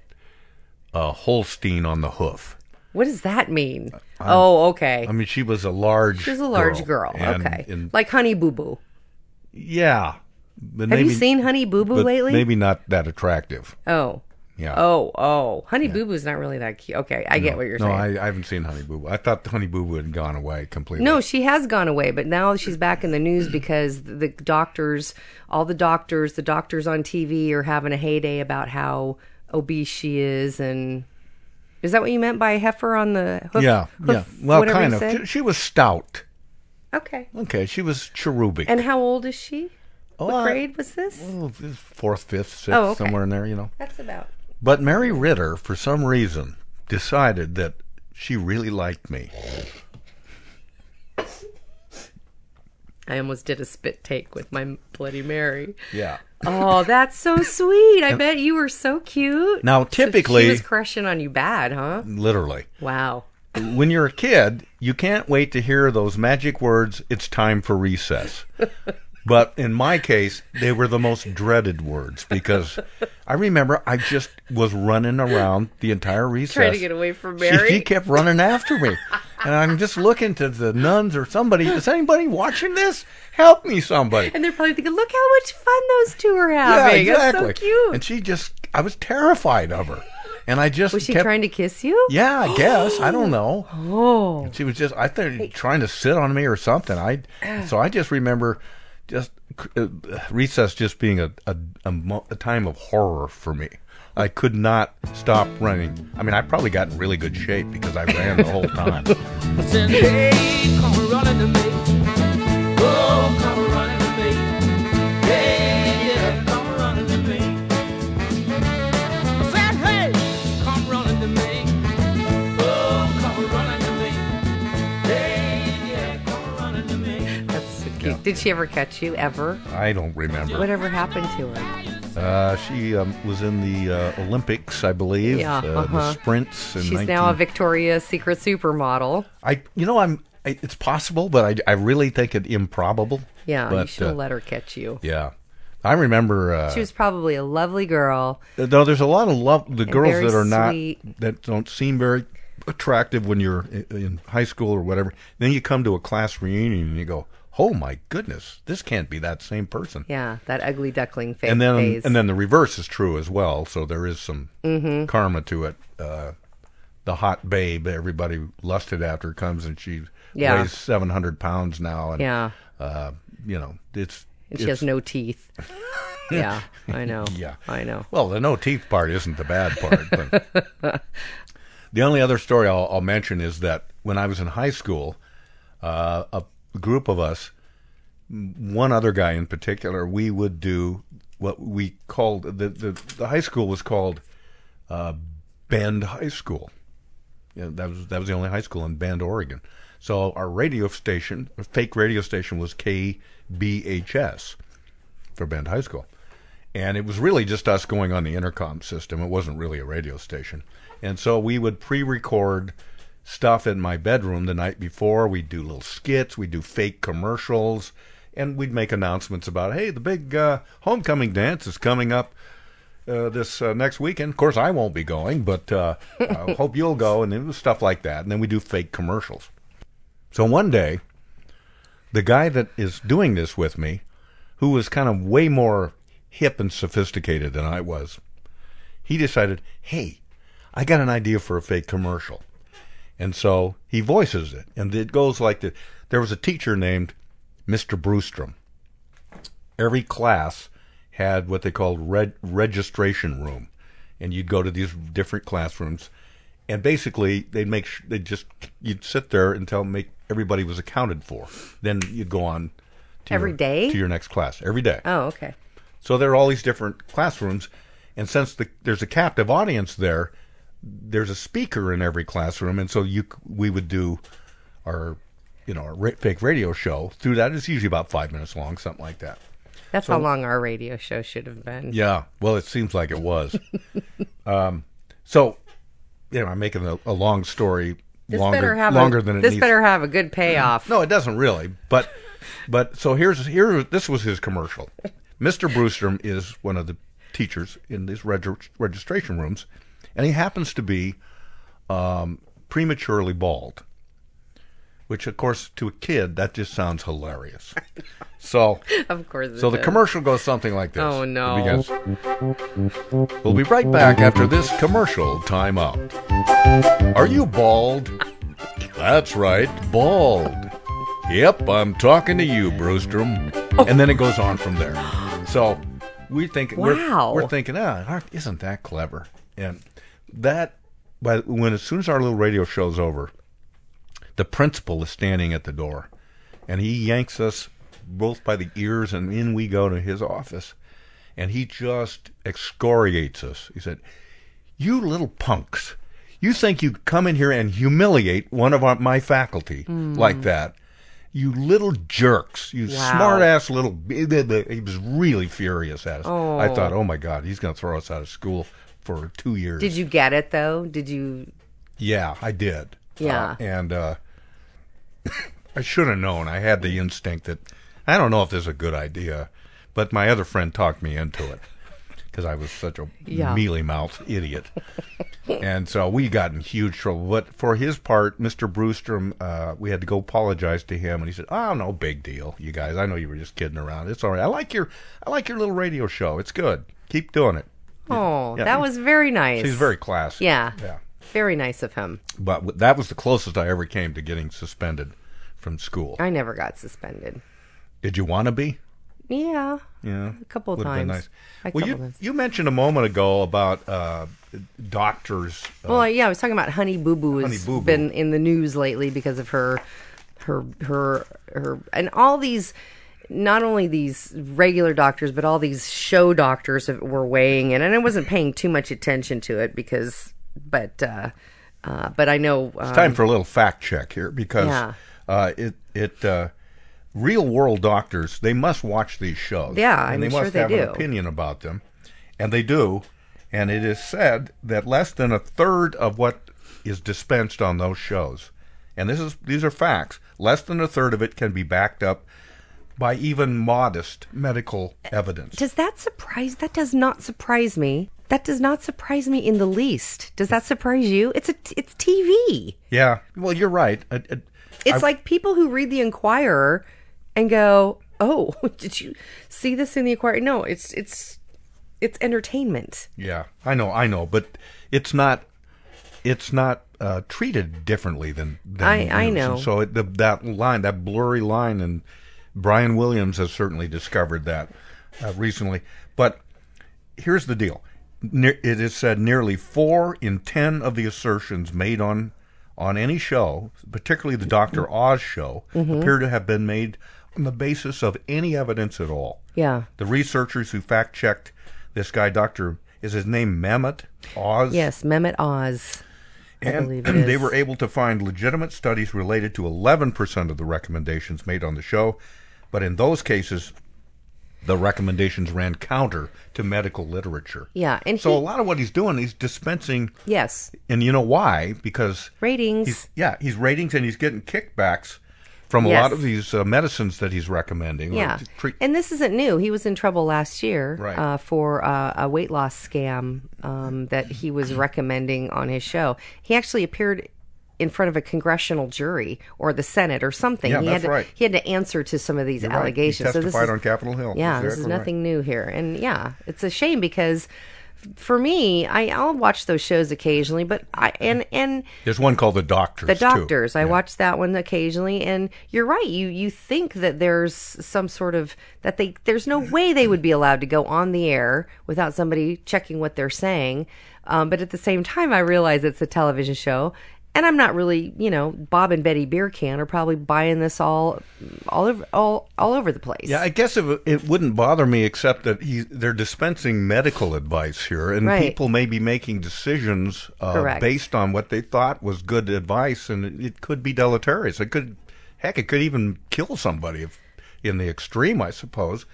Speaker 10: uh, Holstein on the hoof.
Speaker 11: What does that mean?
Speaker 10: I'm-
Speaker 11: oh, okay.
Speaker 10: I mean, she was a large.
Speaker 11: She's a large girl.
Speaker 10: and-
Speaker 11: okay,
Speaker 10: and-
Speaker 11: like Honey Boo Boo.
Speaker 10: yeah. But
Speaker 11: Have you
Speaker 10: maybe-
Speaker 11: seen Honey Boo Boo
Speaker 10: but
Speaker 11: lately?
Speaker 10: Maybe not that attractive.
Speaker 11: Oh.
Speaker 10: Yeah.
Speaker 11: Oh, oh. Honey Boo Boo's not really that cute. Okay, I get
Speaker 10: No,
Speaker 11: what you're
Speaker 10: no,
Speaker 11: saying.
Speaker 10: I, I haven't seen Honey Boo Boo. I thought Honey Boo Boo had gone away completely.
Speaker 11: No, she has gone away, but now she's back in the news because the doctors, all the doctors, the doctors on TV are having a heyday about how obese she is. And is that what you meant by heifer on the hoof?
Speaker 10: yeah, yeah.
Speaker 11: hoof-
Speaker 10: Well,
Speaker 11: whatever you
Speaker 10: kind of.
Speaker 11: said?
Speaker 10: She, she was stout.
Speaker 11: Okay.
Speaker 10: Okay, she was cherubic.
Speaker 11: And how old is she?
Speaker 10: Oh, I-
Speaker 11: what grade was this?
Speaker 10: Oh, this- fourth, fifth, sixth,
Speaker 11: Oh, okay.
Speaker 10: somewhere in there, you know.
Speaker 11: That's about.
Speaker 10: But Mary Ritter, for some reason, decided that she really liked me.
Speaker 11: I almost did a spit take with my Bloody Mary.
Speaker 10: Yeah.
Speaker 11: Oh, that's so sweet. I
Speaker 10: And-
Speaker 11: bet you were so cute.
Speaker 10: Now,
Speaker 11: So she
Speaker 10: typically- Mm.
Speaker 11: was crushing on you bad, huh?
Speaker 10: Literally.
Speaker 11: Wow.
Speaker 10: When you're a kid, you can't wait to hear those magic words, it's time for recess. But in my case, they were the most dreaded words because I remember I just was running around the entire recess.
Speaker 11: Trying to get away from
Speaker 10: She-
Speaker 11: Mary.
Speaker 10: She, kept running after me. And I'm just looking to the nuns or somebody. Is anybody watching this? Help me, somebody.
Speaker 11: And they're probably thinking, look how much fun those two are having.
Speaker 10: Yeah, exactly.
Speaker 11: That's so cute.
Speaker 10: And she just, I was terrified of her. And I just
Speaker 11: Was she
Speaker 10: kept,
Speaker 11: trying to kiss you?
Speaker 10: Yeah, I guess. I don't know.
Speaker 11: Oh.
Speaker 10: She was just, I think, trying to sit on me or something. I
Speaker 11: Ah.
Speaker 10: So I just remember just uh, recess just being a, a, a, mo- a time of horror for me. I could not stop running. I mean, I probably got in really good shape because I ran the whole time.
Speaker 15: Hey, come running to me. Oh, come running to me. Hey, yeah, come running to me. I said, hey, come running to me. Oh, come running to me. Hey, yeah, come running to me.
Speaker 11: That's so cute. Did she ever catch you? Ever?
Speaker 10: I don't remember.
Speaker 11: Whatever happened to her?
Speaker 10: Uh, Uh, she um, was in the uh, Olympics, I believe.
Speaker 11: Yeah,
Speaker 10: uh,
Speaker 11: uh-huh.
Speaker 10: The sprints. In
Speaker 11: She's
Speaker 10: 19-
Speaker 11: now a Victoria's Secret supermodel.
Speaker 10: I, you know, I'm. I, it's possible, but I, I really think it improbable.
Speaker 11: Yeah, you
Speaker 10: but,
Speaker 11: should
Speaker 10: uh,
Speaker 11: have let her catch you.
Speaker 10: Yeah, I remember. Uh,
Speaker 11: she was probably a lovely girl.
Speaker 10: No, there's a lot of love. The
Speaker 11: And
Speaker 10: girls
Speaker 11: very
Speaker 10: that are not
Speaker 11: sweet.
Speaker 10: that don't seem very attractive when you're i- in high school or whatever. Then you come to a class reunion and you go, "Oh my goodness, this can't be that same person."
Speaker 11: Yeah, that ugly duckling face.
Speaker 10: and then
Speaker 11: phase.
Speaker 10: and then the reverse is true as well. So there is some
Speaker 11: Mhm.
Speaker 10: karma to it. Uh, the hot babe everybody lusted after comes and she
Speaker 11: Yeah.
Speaker 10: weighs seven hundred pounds now. And,
Speaker 11: Yeah.
Speaker 10: uh, you know it's.
Speaker 11: And she
Speaker 10: it's-
Speaker 11: has no teeth. yeah, I know.
Speaker 10: yeah,
Speaker 11: I know.
Speaker 10: Well, the no teeth part isn't the bad part. But the only other story I'll, I'll mention is that when I was in high school, uh, a group of us, m- one other guy in particular, we would do what we called the the, the high school was called uh, Bend High School. Yeah, that was that was the only high school in Bend, Oregon. So our radio station, our fake radio station, was KBHS for Bend High School. And it was really just us going on the intercom system. It wasn't really a radio station. And so we would pre record stuff in my bedroom the night before. We'd do little skits, we'd do fake commercials, and we'd make announcements about, hey, the big uh, homecoming dance is coming up uh, this uh, next weekend. Of course, I won't be going, but uh, I hope you'll go. And it was stuff like that. And then we do fake commercials. So one day, the guy that is doing this with me, who was kind of way more hip and sophisticated than I was, he decided, hey, I got an idea for a fake commercial. And so he voices it. And it goes like this there was a teacher named Mr. Brewstrom. Every class had what they called reg- registration room. And you'd go to these different classrooms. And basically, they'd make sh- they just you'd sit there until make everybody was accounted for. Then you'd go on to
Speaker 11: Every
Speaker 10: your,
Speaker 11: day?
Speaker 10: to your next class every day.
Speaker 11: Oh, okay.
Speaker 10: So there are all these different classrooms, and since the, there's a captive audience there, there's a speaker in every classroom, and so you c- we would do our you know our ra- fake radio show through that. It's usually about five minutes long, something like that.
Speaker 11: That's
Speaker 10: So-
Speaker 11: how long our radio show should have been.
Speaker 10: Yeah, well, it seems like it was. um, so you know, I'm making a, a long story
Speaker 11: This better
Speaker 10: longer
Speaker 11: have
Speaker 10: longer
Speaker 11: a,
Speaker 10: than it
Speaker 11: this
Speaker 10: needs.
Speaker 11: better have a good payoff.
Speaker 10: No, it doesn't really. But but so here's here this was his commercial. Mr. Brewstrom is one of the teachers in these reg- registration rooms, and he happens to be um, prematurely bald, which of course to a kid that just sounds hilarious. So
Speaker 11: Of course it
Speaker 10: So the
Speaker 11: does.
Speaker 10: commercial goes something like this.
Speaker 11: Oh, no.
Speaker 10: It begins, we'll be right back after this commercial time out. Are you bald? That's right, bald. Yep, I'm talking to you, Brewstrom. And then it goes on from there. So we think
Speaker 11: Wow.
Speaker 10: we're, we're thinking, ah, aren't- isn't that clever? And that, but when as soon as our little radio show's over, the principal is standing at the door, and he yanks us both by the ears, and in we go to his office, and he just excoriates us. He said, "You little punks! You think you come in here and humiliate one of our, my faculty
Speaker 13: Mm.
Speaker 10: like that? You little jerks! You
Speaker 13: Wow.
Speaker 10: smart ass little!" b- b- b-" He was really furious at us. I
Speaker 11: Oh.
Speaker 10: thought, "Oh my God, he's going to throw us out of school for two years."
Speaker 11: Did you get it though? Did you?
Speaker 10: Yeah, I did.
Speaker 11: Yeah.
Speaker 10: Uh, and uh, I should have known. I had the instinct that I don't know if this is a good idea, but my other friend talked me into it because I was such a
Speaker 13: Yeah.
Speaker 10: mealy mouthed idiot. and so we got in huge trouble. But for his part, Mr. Brewstrom, uh, we had to go apologize to him, and he said, "Oh, no big deal, you guys. I know you were just kidding around. It's all right. I like your I like your little radio show. It's good. Keep doing it."
Speaker 11: Oh,
Speaker 10: Yeah.
Speaker 11: that was very nice.
Speaker 10: So he's very classy.
Speaker 11: Yeah.
Speaker 10: Yeah.
Speaker 11: Very nice of him.
Speaker 10: But w- that was the closest I ever came to getting suspended from school.
Speaker 11: I never got suspended.
Speaker 10: Did you want to be?
Speaker 11: Yeah.
Speaker 10: Yeah,
Speaker 11: A couple of
Speaker 10: Would've been
Speaker 11: times. A
Speaker 10: well,
Speaker 11: couple
Speaker 10: you
Speaker 11: of times.
Speaker 10: you mentioned a moment ago about uh, doctors. uh,
Speaker 11: Well, yeah, I was talking about Honey Boo Boo
Speaker 10: Honey
Speaker 11: has
Speaker 10: Boo Boo.
Speaker 11: been in the news lately because of her, her, her, her, and all these. Not only these regular doctors, but all these show doctors have- were weighing in, and I wasn't paying too much attention to it because, but, uh, uh, but I know
Speaker 10: It's
Speaker 11: um,
Speaker 10: time for a little fact check here because
Speaker 11: Yeah.
Speaker 10: uh, it it uh, real world doctors they must watch these shows.
Speaker 11: Yeah,
Speaker 10: and
Speaker 11: I'm
Speaker 10: they
Speaker 11: sure
Speaker 10: must
Speaker 11: they
Speaker 10: have
Speaker 11: do.
Speaker 10: an opinion about them. and they do. And it is said that less than a third of what is dispensed on those shows, and this is these are facts, less than a third of it can be backed up by even modest medical evidence.
Speaker 11: Does that surprise? That does not surprise me. That does not surprise me in the least. Does that surprise you? It's a it's TV.
Speaker 10: Yeah, well, you're right. I- I-
Speaker 11: It's
Speaker 10: I-
Speaker 11: like people who read the Inquirer and go, "Oh, did you see this in the Inquirer?" No, it's it's it's entertainment.
Speaker 10: Yeah, I know, I know, but it's not it's not uh, treated differently than, than
Speaker 11: I- I
Speaker 10: news. And
Speaker 11: know.
Speaker 10: So it, the, that line, that blurry line, and Brian Williams has certainly discovered that uh, recently. But here's the deal: ne- it is said nearly four in ten of the assertions made on on any show, particularly the Doctor Oz show,
Speaker 11: Mhm.
Speaker 10: appear to have been made on the basis of any evidence at all.
Speaker 11: Yeah.
Speaker 10: The researchers who fact checked this guy, Doctor, is his name Mamet Oz?
Speaker 11: Yes, Mehmet Oz. I
Speaker 10: And
Speaker 11: believe it is.
Speaker 10: they were able to find legitimate studies related to 11% of the recommendations made on the show, but in those cases, the recommendations ran counter to medical literature.
Speaker 11: Yeah, and
Speaker 10: so
Speaker 11: he-
Speaker 10: a lot of what he's doing, he's dispensing,
Speaker 11: Yes,
Speaker 10: and you know why? Because
Speaker 11: ratings.
Speaker 10: he's yeah, he's ratings and he's getting kickbacks from a
Speaker 11: Yes.
Speaker 10: lot of these uh, medicines that he's recommending. or
Speaker 11: Yeah,
Speaker 10: t- treat-
Speaker 11: and this isn't new. He was in trouble last year
Speaker 10: Right.
Speaker 11: uh, for uh, a weight loss scam um, that he was recommending on his show. He actually appeared in front of a congressional jury or the Senate or something.
Speaker 10: Yeah,
Speaker 11: he
Speaker 10: that's
Speaker 11: had to,
Speaker 10: right.
Speaker 11: He had to answer to some of these
Speaker 10: You're right. He
Speaker 11: allegations. so
Speaker 10: testified
Speaker 11: this is,
Speaker 10: on Capitol Hill.
Speaker 11: Yeah, this
Speaker 10: Exactly
Speaker 11: is
Speaker 10: right.
Speaker 11: nothing new here, and yeah, it's a shame because. f- For me, I, I'll watch those shows occasionally, but I and and
Speaker 10: There's one called the Doctors.
Speaker 11: the
Speaker 10: too.
Speaker 11: doctors. I watch that one occasionally, and you're right. You you think that there's some sort of that they there's no way they would be allowed to go on the air without somebody checking what they're saying. Um, but at the same time, I realize it's a television show, and I'm not really you know Bob and Betty Beer Can are probably buying this all all over all all over the place.
Speaker 10: Yeah, I guess it, it wouldn't bother me except that he, they're dispensing medical advice here, and
Speaker 11: Right.
Speaker 10: people may be making decisions uh,
Speaker 11: Correct.
Speaker 10: based on what they thought was good advice, and it, it could be deleterious. It could, heck, it could even kill somebody if, in the extreme, I suppose.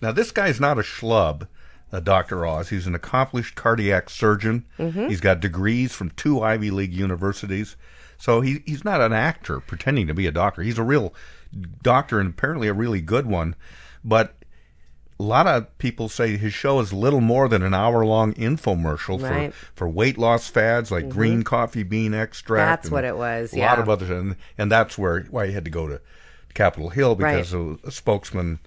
Speaker 10: Now, this guy's not a schlub, uh, Dr. Oz. He's an accomplished cardiac surgeon.
Speaker 13: Mhm.
Speaker 10: He's got degrees from two Ivy League universities. So he, he's not an actor pretending to be a doctor. He's a real doctor and apparently a really good one. But a lot of people say his show is little more than an hour long infomercial
Speaker 11: Right.
Speaker 10: for, for weight loss fads like
Speaker 11: Mhm.
Speaker 10: green coffee bean extract.
Speaker 11: That's
Speaker 10: and
Speaker 11: what it was,
Speaker 10: A lot
Speaker 11: yeah.
Speaker 10: of others. And, and that's where why he had to go to Capitol Hill
Speaker 11: Right.
Speaker 10: because a, a spokesman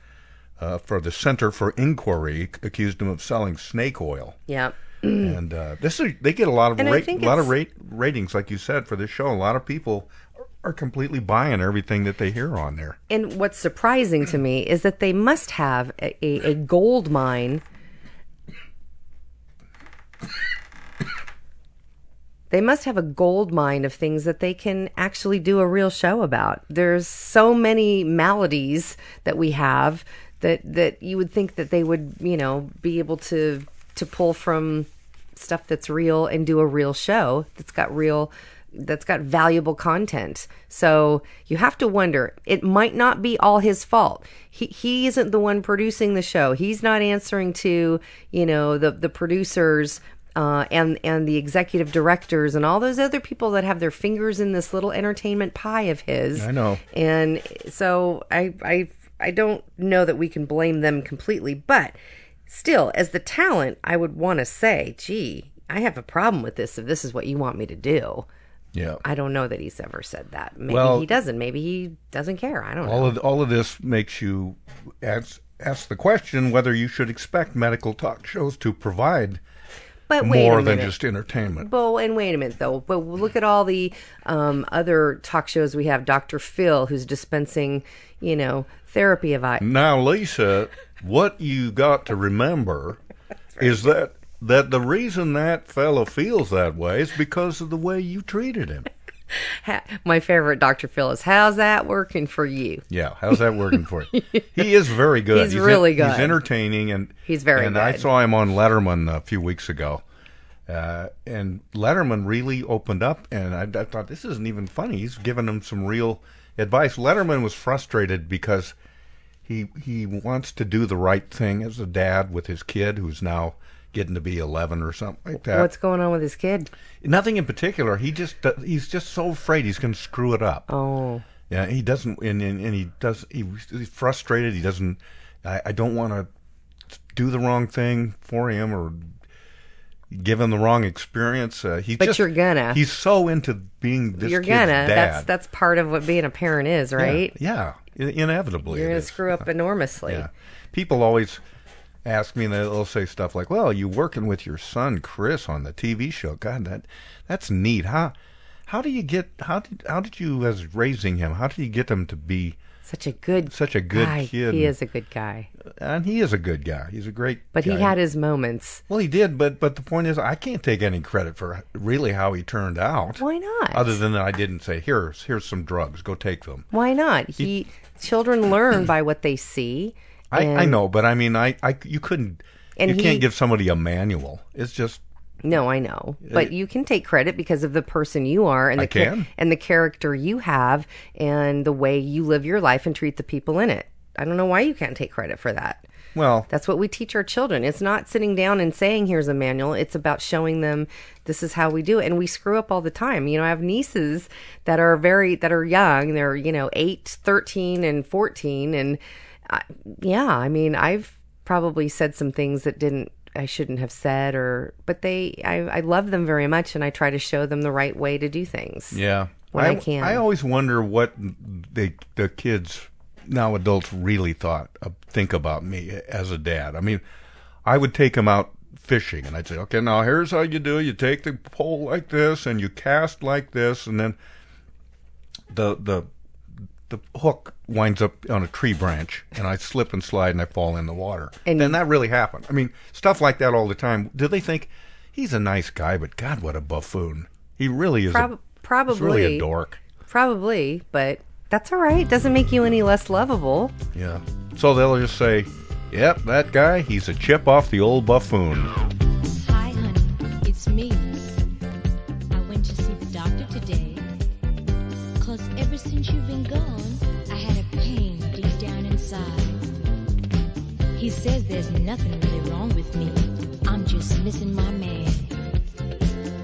Speaker 10: uh, for the Center for Inquiry accused him of selling snake oil
Speaker 11: yeah.
Speaker 10: and uh, this is they get a lot of
Speaker 11: And I
Speaker 10: ra- a
Speaker 11: think
Speaker 10: lot of
Speaker 11: it's-
Speaker 10: rate ratings, like you said, for this show. A lot of people are- are completely buying everything that they hear on there.
Speaker 11: And what's surprising to me is that they must have a, a, a gold mine. They must have a gold mine of things that they can actually do a real show about. There's so many maladies that we have that that you would think that they would, you know, be able to to pull from stuff that's real and do a real show that's got real that's got valuable content. So you have to wonder, it might not be all his fault. He he isn't the one producing the show. He's not answering to, you know, the the producers uh, and and the executive directors and all those other people that have their fingers in this little entertainment pie of his.
Speaker 10: I know.
Speaker 11: And so I I I don't know that we can blame them completely, but still, as the talent, I would want to say, gee, I have a problem with this if this is what you want me to do.
Speaker 10: Yeah.
Speaker 11: I don't know that he's ever said that. Maybe
Speaker 10: Well-
Speaker 11: he doesn't. Maybe he doesn't care. I don't know.
Speaker 10: All of all of this makes you ask ask the question whether you should expect medical talk shows to provide
Speaker 11: But wait a
Speaker 10: more than
Speaker 11: minute.
Speaker 10: just entertainment.
Speaker 11: Well, and wait a minute though. But look at all the um, other talk shows we have. Dr. Phil, who's dispensing, you know, therapy advice.
Speaker 10: Now, Lisa, what you got to remember is that that the reason that fellow feels that way is because of the way you treated him.
Speaker 11: Ha- My favorite Dr. Phil is, "How's that working for you?"
Speaker 10: Yeah, how's that working for you? He is very good.
Speaker 11: He's really good.
Speaker 10: He's entertaining, and
Speaker 11: He's very
Speaker 10: And I
Speaker 11: good.
Speaker 10: saw him on Letterman a few weeks ago, uh, and Letterman really opened up, and I, I thought this isn't even funny. He's giving him some real advice. Letterman was frustrated because he he wants to do the right thing as a dad with his kid who's now getting to be 11 or something like that.
Speaker 11: What's going on with his kid?
Speaker 10: Nothing in particular. He just do- he's just so afraid he's going to screw it up.
Speaker 11: Oh.
Speaker 10: Yeah, he doesn't, and, and, and he does. He, he's frustrated. He doesn't. I, I don't want to do the wrong thing for him or give him the wrong experience. Uh, he
Speaker 11: But
Speaker 10: just,
Speaker 11: you're gonna.
Speaker 10: He's so into being this.
Speaker 11: You're
Speaker 10: kid's Dad.
Speaker 11: gonna. That's that's part of what being a parent is,
Speaker 10: Yeah,
Speaker 11: right?
Speaker 10: Yeah, I- inevitably.
Speaker 11: You're
Speaker 10: it
Speaker 11: gonna
Speaker 10: is.
Speaker 11: screw up enormously.
Speaker 10: Yeah. People always ask me, and they'll say stuff like, "Well, you working with your son Chris on the TV show? God, that that's neat. How how do you get how did how did you as raising him? How do you get him to be
Speaker 11: such a good
Speaker 10: such a good
Speaker 11: guy.
Speaker 10: kid?
Speaker 11: He is a good guy.
Speaker 10: and he is a good guy. He's a great.
Speaker 11: But he
Speaker 10: guy.
Speaker 11: had his moments.
Speaker 10: Well, he did, but but the point is, I can't take any credit for really how he turned out.
Speaker 11: Why not?
Speaker 10: Other than that, I didn't say here's here's some drugs. Go take them.
Speaker 11: Why not? He, children learn by what they see.
Speaker 10: I, I
Speaker 11: and-
Speaker 10: know, but I mean, I, I you couldn't.
Speaker 11: And
Speaker 10: you
Speaker 11: he-
Speaker 10: can't give somebody a manual. It's just
Speaker 11: No, I know, but
Speaker 10: Uh,
Speaker 11: you can take credit because of the person you are and
Speaker 10: I
Speaker 11: the cha-
Speaker 10: can.
Speaker 11: and the character you have and the way you live your life and treat the people in it. I don't know why you can't take credit for that.
Speaker 10: well,
Speaker 11: That's what we teach our children. It's not sitting down and saying, here's a manual. It's about showing them this is how we do it. And we screw up all the time. You know, I have nieces that are very, that are young. They're, you know, 8, 13, and 14. And I, yeah, I mean, I've probably said some things that didn't, I shouldn't have said or, but they, I, I love them very much and I try to show them the right way to do things.
Speaker 10: yeah.
Speaker 11: When I can.
Speaker 10: I always wonder what they the kids now adults really thought uh, think about me as a dad. I mean, I would take them out fishing and I'd say, okay, now here's how you do. it. You take the pole like this and you cast like this, and then the the the hook winds up on a tree branch and I slip and slide and I fall in the water. And, that really happened. I mean, stuff like that all the time. Do they think he's a nice guy, but God, what a buffoon. He really is.
Speaker 11: Prob-
Speaker 10: a,
Speaker 11: probably.
Speaker 10: He's really a dork.
Speaker 11: Probably, but that's all right. Doesn't make you any less lovable.
Speaker 10: Yeah. So they'll just say, yep, that guy, he's a chip off the old buffoon.
Speaker 13: Hi, honey. It's me. I went to see the doctor today. Cause ever since you've been gone, I had a pain deep down inside. He says there's nothing really wrong with me. I'm just missing my man.